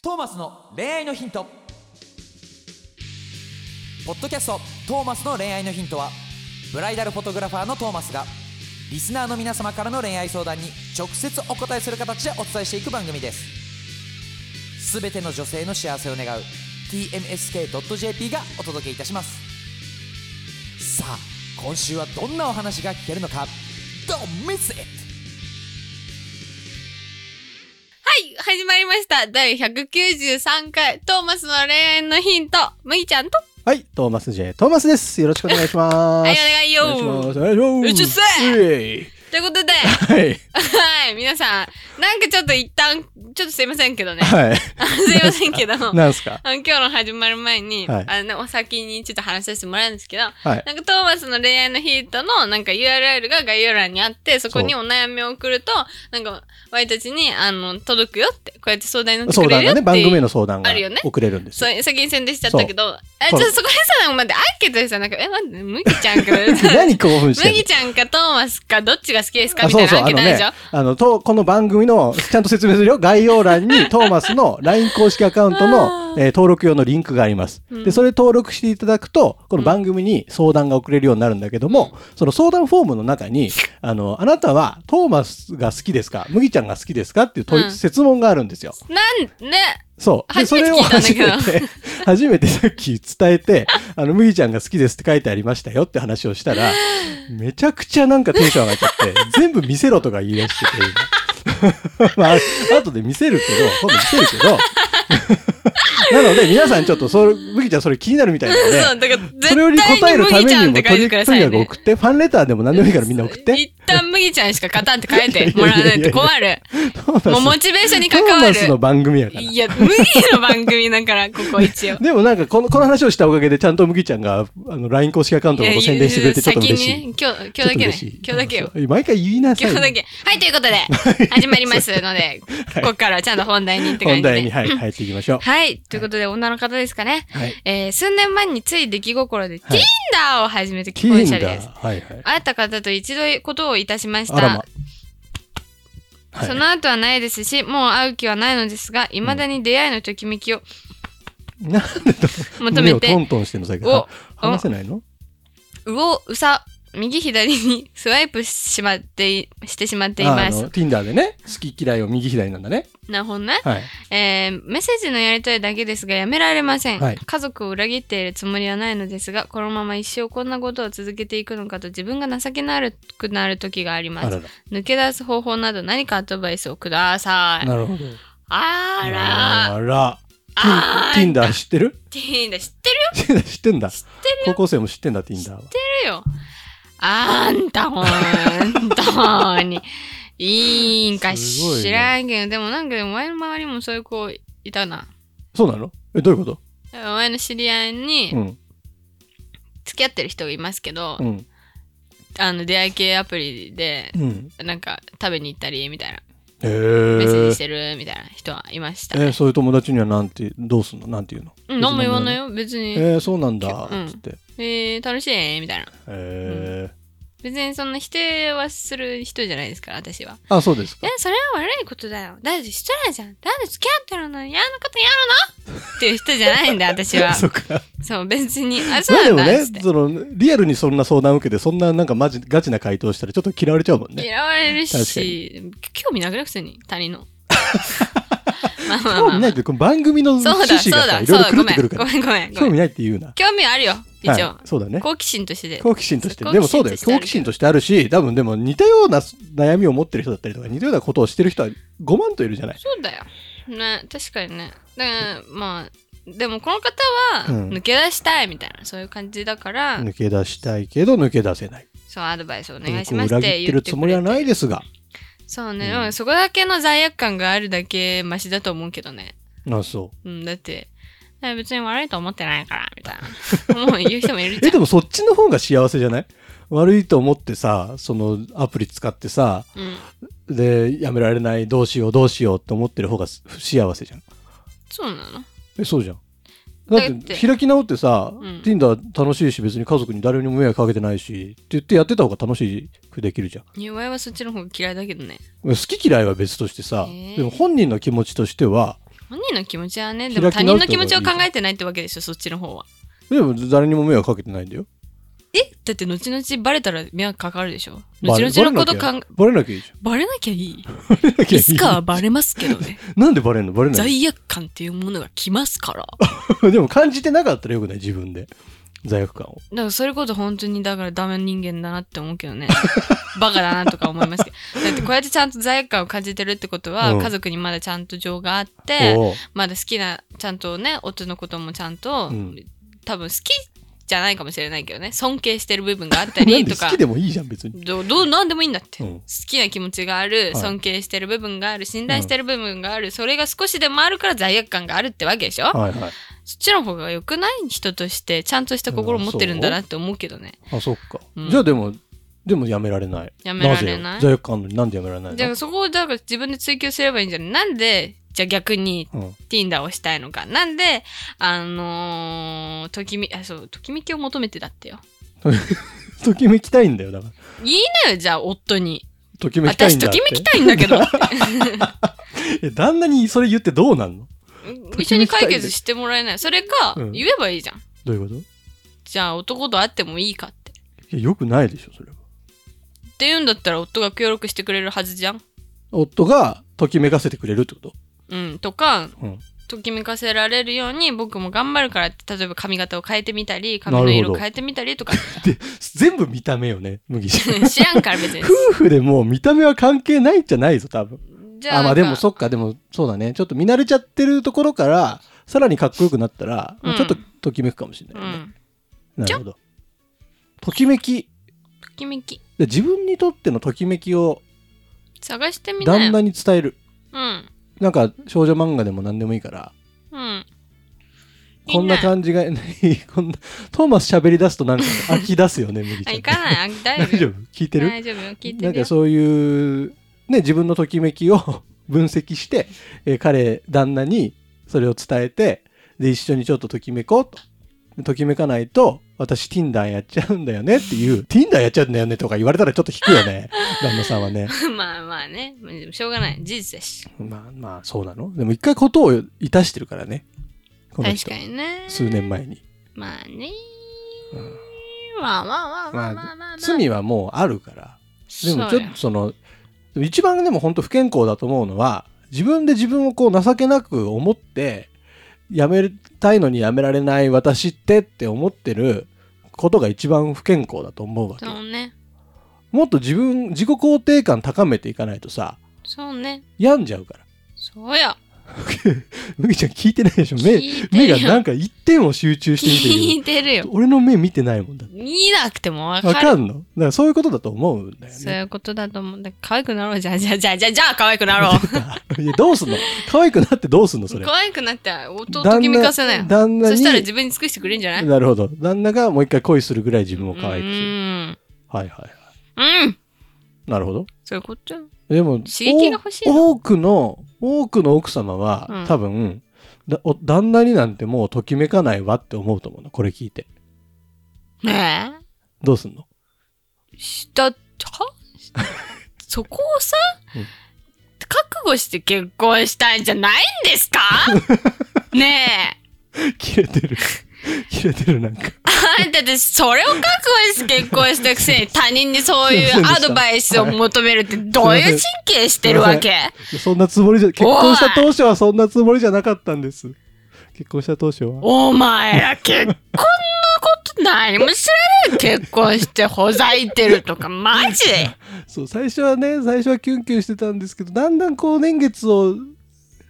トーマスの恋愛のヒントポッドキャスト「トーマスの恋愛のヒントは」ブライダルフォトグラファーのトーマスがリスナーの皆様からの恋愛相談に直接お答えする形でお伝えしていく番組ですすべての女性の幸せを願う TMSK.jp がお届けいたしますさあ今週はどんなお話が聞けるのか Don't miss it! はい、始まりました。第193回、トーマスの恋愛のヒント、むいちゃんと、はい、トーマス J. トーマスです。よろしくお願いします。はい、お願いお願よいします。お願いします。ううっということで、せーいはい、皆さん、なんかちょっと一旦、ちょっとすいませんけどね、 はい。はあすいませんけど、あい。の なんすか今日の始まる前に、はいあの、お先にちょっと話させてもらうんですけど、はい。なんかトーマスの恋愛のヒントのなんか URL が概要欄にあって、そこにお悩みを送ると、なんか、ワイたちに、あの、届くよって、こうやって相談に乗って相くれ談るよっがね、ていう。番組への相談があるよね送れるんですそよ。う先に宣伝しちゃったけど、あ、ちょっとそこでさ、なんか待って、アンケートでさ、なんか、え、待って、麦ちゃんか、 何興奮してん麦のちゃんかトーマスか、どっちが好きですかあみたそいうなそう、アンあケートのあるでねしょ、あの、と、この番組の、 ちゃんと説明するよ。概要欄に、トーマスの LINE 公式アカウントあの、えー登録用のリンクがあります。うんで、それ登録していただくと、この番組に相談が送れるようになるんだけども、その相談フォームの中に、あの、あなたはトーマスが好きですか麦ちゃんが好きですかっていう問い、うん質問があるんですよ。なん、ね、そう。で、初そめてれを聞いたんだけ初どめて、 初めてさっき伝えて、あの、麦ちゃんが好きですって書いてありましたよって話をしたら、めちゃくちゃなんかテンション上がっちゃって、全部見せろとか言い出してて、今 まあ、後で見せるけど、今度見せるけど、 なので皆さんちょっとそれ、麦ちゃんそれ気になるみたいなので、そう、だから、それより絶答対えにるため麦ちゃにんっも、て書といてにくだかさいくね送。って、ファンレターでも何でもいいからみんな送って。一旦麦ちゃんしか勝たんって書いてもらわないと困る。トーもうマモス、チベーションにト関ーわマスのる。番組やから。いや、麦の番組だから、ここ一応。 でもなんかこの、この話をしたおかげで、ちゃんと麦ちゃんが、あの、LINE 公式アカウントのことを宣伝してくれて、ちょっと嬉し先い。にね、今日、今日ちょっだとけね。嬉今しい日だけよ。そう毎回言いなさ今い。日だけ。はい、ということ で、始まりますので、ここからはちゃんと本題にって感じ本で。題に、はい、入っていきましょう。はい。ということで、女の方ですかね。はい。えー、数年前につい出来心で、はい Tinder を始めて既婚者 Tinder です。はいはい。会った方と一度ことをいたしましあたらま。。はいその後はないですし、もう会う気はないのですが、未だに出会いのときめきをなんでと、求め胸をトて、ントンしてんのさっきおは話せないのうお、うさ、右左にスワイプしまってい、してしまっていああますの、。Tinder でね、好き嫌いを右左なんだね。なるほどね。はい。えーメッセージのやり取りだけですがやめられません、はい家族を裏切っているつもりはないのですがこのまま一生こんなことを続けていくのかと自分が情けなくなる時がありあますらら。抜け出す方法など何かアドバイスをくださいなるほど。あらあら。あー Tinder 知ってる ティーンだ知ってる Tinder 知ってんだ知。って高校生も知ってんだ、Tinder は。るよあんたほんとにいいんかすごいね知らんけどでもなんかでも前の周りもそういう子いたなそうなのえ、どういうこと前の知り合いにうん。付き合ってる人がいますけど、うん。あの出会い系アプリでうん。なんか食べに行ったりみたいなへえ。メッセージしてるみたいな人はいました、えーそういう友達にはなんてどうすんのなんて言うの、うん、何も言わないよ別にええーそうなんだ、うんつってー、楽しいみたいなえ別にそんな否定はする人じゃないですから私はーあそうですえかそれは悪いことだよだって失礼じゃんだって付き合ってるのに嫌なことやるのっていう人じゃないんだ私は そうかそう別にあそまあでうもなんだねっつって、そのリアルにそんな相談受けてそんななんかマジガチな回答したらちょっと嫌われちゃうもんね嫌われる確かし興味なくなるくせに他人 のまあまあまあ興味ないってこの番組そのうだ趣旨がそうださいろいろそ狂うっだてくるかごらめんごめんごめんごめ興ん味ないって言うな興味はあるよ一応、はい、そうだね好奇心としてで好奇心として好奇心でもそうだよとしてある好奇心としてあるし多分でも似たような悩みを持ってる人だったりとか似たようなことをしてる人は5万といるじゃないそうだよね確かにねだからまあでもこの方うはん抜け出したいみたいな、そういう感じだから、抜け出したいけど抜け出せないそうアドバイスお願いし僕をます裏っ切てって言っるてつくもりれはてないですがそううね、んでもそこだけの罪悪感があるだけマシだと思うけどね、あそううん、だっていや別に悪いと思ってないからみた いなもう言う人もいるじえゃんでもそっちの方が幸せじゃない悪いと思ってさそのアプリ使ってさうん、でやめられないどうしようどうしようって思ってる方がす不幸せじゃんそうなのえそうじゃんだだっってて開き直ってさ、うん Tinder 楽しいし別に家族に誰にも迷惑かけてないしって言ってやってた方が楽しくできるじゃん弱いはそっちの方が嫌いだけどね好き嫌いは別としてさ、へーでも本人の気持ちとしては本人の気持ちはね、で開きも直他人のって気こ持とでちいいを考えてないってわけでしょ、そっちの方は。でも誰にも迷惑かけてないんだよ。えだって後々バレたら迷惑かかるでしょ後々のことかんバレなきゃいいじゃん。バレなきゃいい。バレなきゃいいいじゃんつかはバレますけど ね。なんでバレんのバレない罪悪感っていうものが来ますから。の でも感じてなかったらよくない自分で。罪悪感を。だからそれこそ本当にだからダメ人間だなって思うけどね バカだなとか思いますけどだってこうやってちゃんと罪悪感を感じてるってことは、うん家族にまだちゃんと情があっておうまだ好きなちゃんとね夫のこともちゃんと、うん多分好きじゃないかもしれないけどね尊敬してる部分があったなんりでと好かきでもいいじゃん別に。どうどうなんでもいいんだって、うん好きな気持ちがあるい尊敬してる部分がある信頼してる部分がある、それが少しでもあるから罪悪感があるってわけでしょ、はいはい。そっちの方が良くない人としてちゃんとした心を持ってるんだなって思うけどねあ、そっか。うんじゃあでも、でもやめられない。やめられないぜ罪悪感あるのになんでやめられないのでもそこをだから自分で追求すればいいんじゃないなんでじゃあ逆にうん、 Tinder をしたいのかなんであのーときみあそうときみきを求めてだってよときめきたいんだよだからいいなよじゃあ夫にときめきたい私んだとってきめきたいんだけどえ旦那にそれ言ってどうなんの 一緒に解決してもらえないそれかうん言えばいいじゃんどういうこといじゃあ男と会ってもいいかってやよくないでしょそれはって言うんだったら夫が協力してくれるはずじゃん夫がときめかせてくれるってことうんとかうんときめかせられるように僕も頑張るからって例えば髪型を変えてみたり髪のなる色ほをど変えてみたりとか全部見た目よね 麦ちゃん知らんから 別に夫婦でもう見た目は関係ないんじゃないぞ多分じゃああまあでもそそっかでもそうだねちょっと見慣れちゃってるところからさらにかっこよくなったら、うんちょっとときめくかもしれうないよね、んなるほどときめきときめきで自分にとってのときめきを探してみな旦よ那に伝えるうんなんか少女漫画でも何でもいいからうんこんな感じが、 こんな、トーマス喋り出すとなんか飽き出すよね、麦ちゃん。行かない あ大 大丈丈夫夫聞いてる大丈夫よ聞いなてんるよかそういう、ね、自分のときめきを 分析して、えー彼、旦那にそれを伝えて、で、一緒にちょっとときめこうと。でときめかないと、私 Tinder やっちゃうんだよねって いう、Tinder やっちゃうんだよねとか言われたらちょっと引くよね、旦那さんはね。 まあまあねでもしょうがない事実だしまあまあ、そうなのでも一回ことをいたしてるからね。この確人か。にね数年前に。まあねうんまあまあまあまあまあまあまあ罪はもうあるから。でもちそうょよっとその一番でも本当不健康だと思うのは自分で自分をこう情けなく思ってやめたいのにやめられない私ってって思ってることが一番不健康だと思うわけそうねもっと自分自己肯定感高めていかないとさそうね病んじゃうから そうや麦ちゃん聞いてないでしょ聞目いて目るよがなんか一点を集中して見て聞るいてるけよど俺の目見てないもんだって見なくてもわわかるかんのだからそういうことだと思うんだよそうねいうことだと思う。だから可愛くなろうじゃあ、じゃあ、じゃあ、じゃあ、じゃあ、可愛くなろう。 いやどうすんの可愛くなってどうすんのそれ可愛くなって、音をときめかせなよ。旦那そにしたら自分に尽くしてくれるんじゃないなるほど旦那がもう一回恋するぐらい自分を可愛うくするん。はいはいはうん。いなるほどそういうことよでも刺激が欲しいお多くの多くの奥様は、うん多分だお旦那になんてもうときめかないわって思うと思うのこれ聞いてねどうすんの え。した、はそこをさうん、覚悟して結婚したいんじゃないんです かねえ。切れてる 切れてるなんかあんたってそれを覚悟して結婚したくせに他人にそういすいませんうでアしたドバイスを求めるってどういう神経してるわす いけそんなつもりじゃ結婚した当初はそんなつもりじゃなかったんです結婚した当初はお前ら結婚のこと何も知らないで結婚してほざいてるとかマジ でそう最初はね最初はキュンキュンしてたんですけどだんだんこう年月を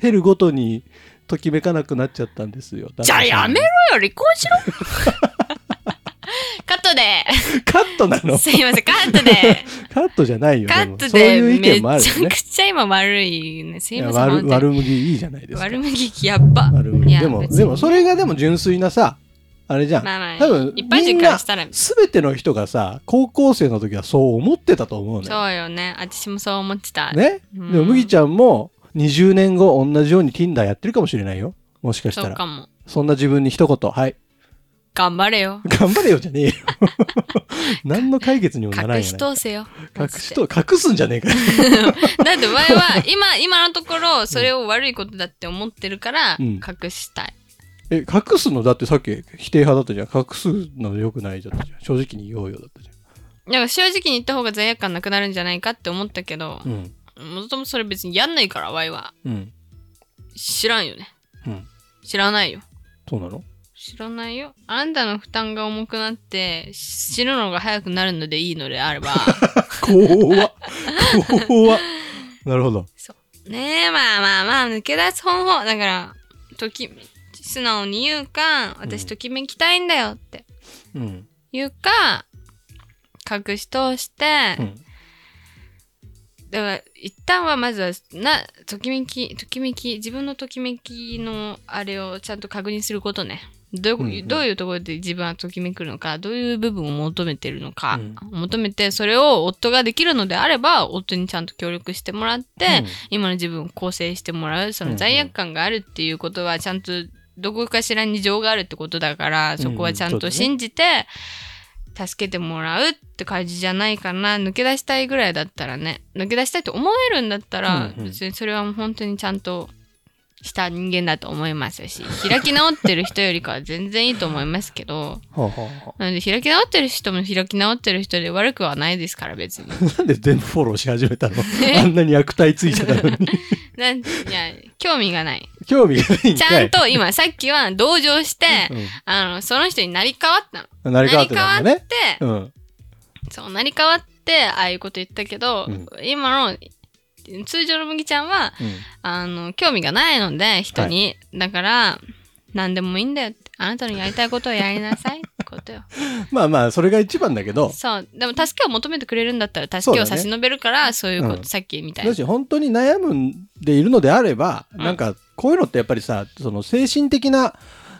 経るごとにときめかなくなっちゃったんですよじゃあやめろよ離婚しろ カットでカットなのすいませんカットでカットじゃないよカッでもトそういうで意見もあめるよちゃねくちゃ今悪いねすいいやません悪本当に悪麦いいじゃないですか悪むぎきやっば悪い麦やでも別にでもそれがでも純粋なさあれじゃん、まあまあ多分一般み人んからなしたら全ての人がさ高校生の時はそう思ってたと思うのよそうよね私もそう思ってた、ね、うんでも麦ちゃんも20年後同じように Tinder やってるかもしれないよもしかしそたうらかもそんな自分に一言、はい。頑張れよ。頑張れよじゃ ねえよ。何の解決にもならん隠やしない。通せよ。隠しと、隠すんじゃねえかよ。だって前は、今、今のところ、それを悪いことだって思ってるから、うん隠したい。え、隠すのだってさっき否定派だったじゃん。隠すの良くないじゃん。正直に言おうよだったじなんか正直に言った方が罪悪感なくなるんじゃないかって思ったけどゃん。、うん。もともとそれ別にやんないから、ワイは。うん。知らんよね。うん。知らないよ。そうなの知らないよ。あんたの負担が重くなって、死ぬのが早くなるのでいいのであれば。怖っ。怖 っ。なるほど。ねえ、まあまあまあ、抜け出す方法。だから、とき、素直に言うか、私ときめきたいんだよってうん。言うか、隠し通して、うん。だから一旦はまずはなときめきときめき自分のときめきのあれをちゃんと確認することねどう,、うんうんどういうところで自分はときめくのかどういう部分を求めてるのか、うん求めてそれを夫ができるのであれば夫にちゃんと協力してもらって、うん今の自分を構成してもらうそうんうのん罪悪感があるっていうことはちゃんとどこかしらに情があるってことだからそこはちゃんと信じて助けてもらうって感じじゃないかな抜け出したいぐらいだったらね抜け出したいと思えるんだったらうんうん別にそれはもう本当にちゃんとした人間だと思います し開き直ってる人よりかは全然いいと思いますけどはあはあは なので開き直ってる人も開き直ってる人で悪くはないですから別に。あなんで全部フォローし始めたのあんなに悪態ついてたの に。なんいや興味がない興味が ないんちかゃんい。と今さっきは同情して、うんあのその人になり変わったの。成り変わってたんだなりね。変わっうん。てそうなり変わってああいうこと言ったけど、うん今の通常の麦ちゃんはあの興味がないので人に、だから何でもいいんだよってあなたのやりたいことをやりなさいってこと よ。うんまあまあ、それが一番だけど、そうでも助けを求めてくれるんだったら助けを差し伸べるからそう,、いうこと、うんさっきみたいもな。し本当に悩むんでいるのであれば、うんなんかこういうのってやっぱりさその精神的な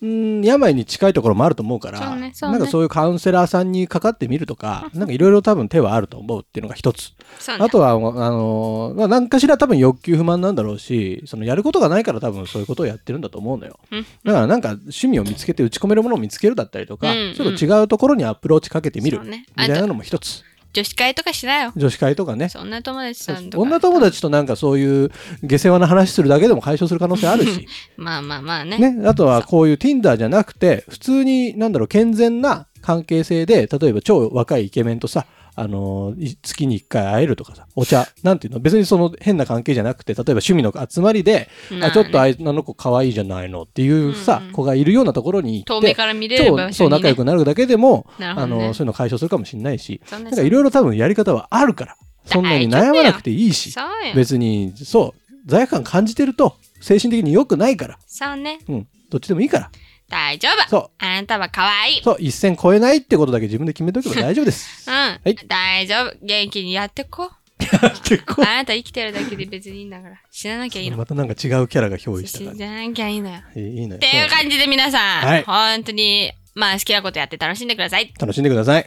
うん病に近いところもあると思うからそうねそうねなんかそういうカウンセラーさんにかかってみるとか、なんかいろいろ多分手はあると思うっていうのが一つ、そうねあとはあの、まあ、何かしら多分欲求不満なんだろうしそのやることがないから多分そういうことをやってるんだと思うのようんだからなんか趣味を見つけて打ち込めるものを見つけるだったりとか、うんちょっと違うところにアプローチかけてみるそうみねたいなのも一つ女子会とかしなよ。女子会とかね女友達そうさそんうとか。女友達となんかそういう下世話な話するだけでも解消する可能性あるし、まあまあまあね。ね、あとはこういう Tinder じゃなくて普通になんだろう健全な関係性で例えば超若いイケメンとさあのい月に1回会えるとかさお茶なんていうの別にその変な関係じゃなくて例えば趣味の集まりで、まああねちょっとあいあの子可愛いじゃないのっていうさ、うんうん子がいるようなところに行遠っ目てから見れる場所に、超ね、そう仲良くなるだけでも、なるほあどねのそういうの解消するかもしれないしそんななんかいろいろ多分やり方はあるからそんなに悩まなくていいしそうよ。別にそう罪悪感感じてると精神的に良くないから、そうね。うん、どっちでもいいから大丈夫。そあなたは可愛い。うそう一線超えないってことだけ自分で決めとけば大丈夫で すうん、い大丈夫。元気にやってこ。結あ構なた生きてるだけで別にいいんだから。死ななきゃいいの。またなんか違うキャラが憑依し死たからななきゃいいのよ。っいいいいのよていう感じで皆さん、はい本当に、まあ好きなことやって楽しんでください。楽しんでください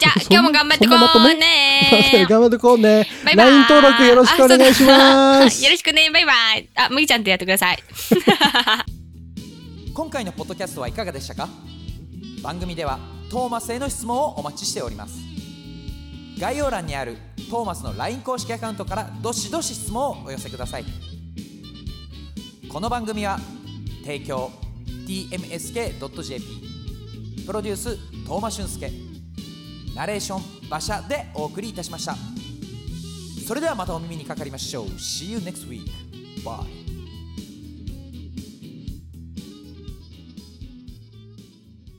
じゃあそんな今日も頑張ってこそんなまとめう ね頑張ってこうねバイバイ LINE 登録よろしくお願いしまあそすうだよろしくね。バイバイ。あ、むぎちゃんとやってください。今回のポッドキャストはいかがでしたか番組ではトーマスへの質問をお待ちしております概要欄にあるトーマスの LINE 公式アカウントからどしどし質問をお寄せくださいこの番組は提供 tmsk.jp プロデューストーマ俊介ナレーション馬車でお送りいたしましたそれではまたお耳にかかりましょう See you next week Bye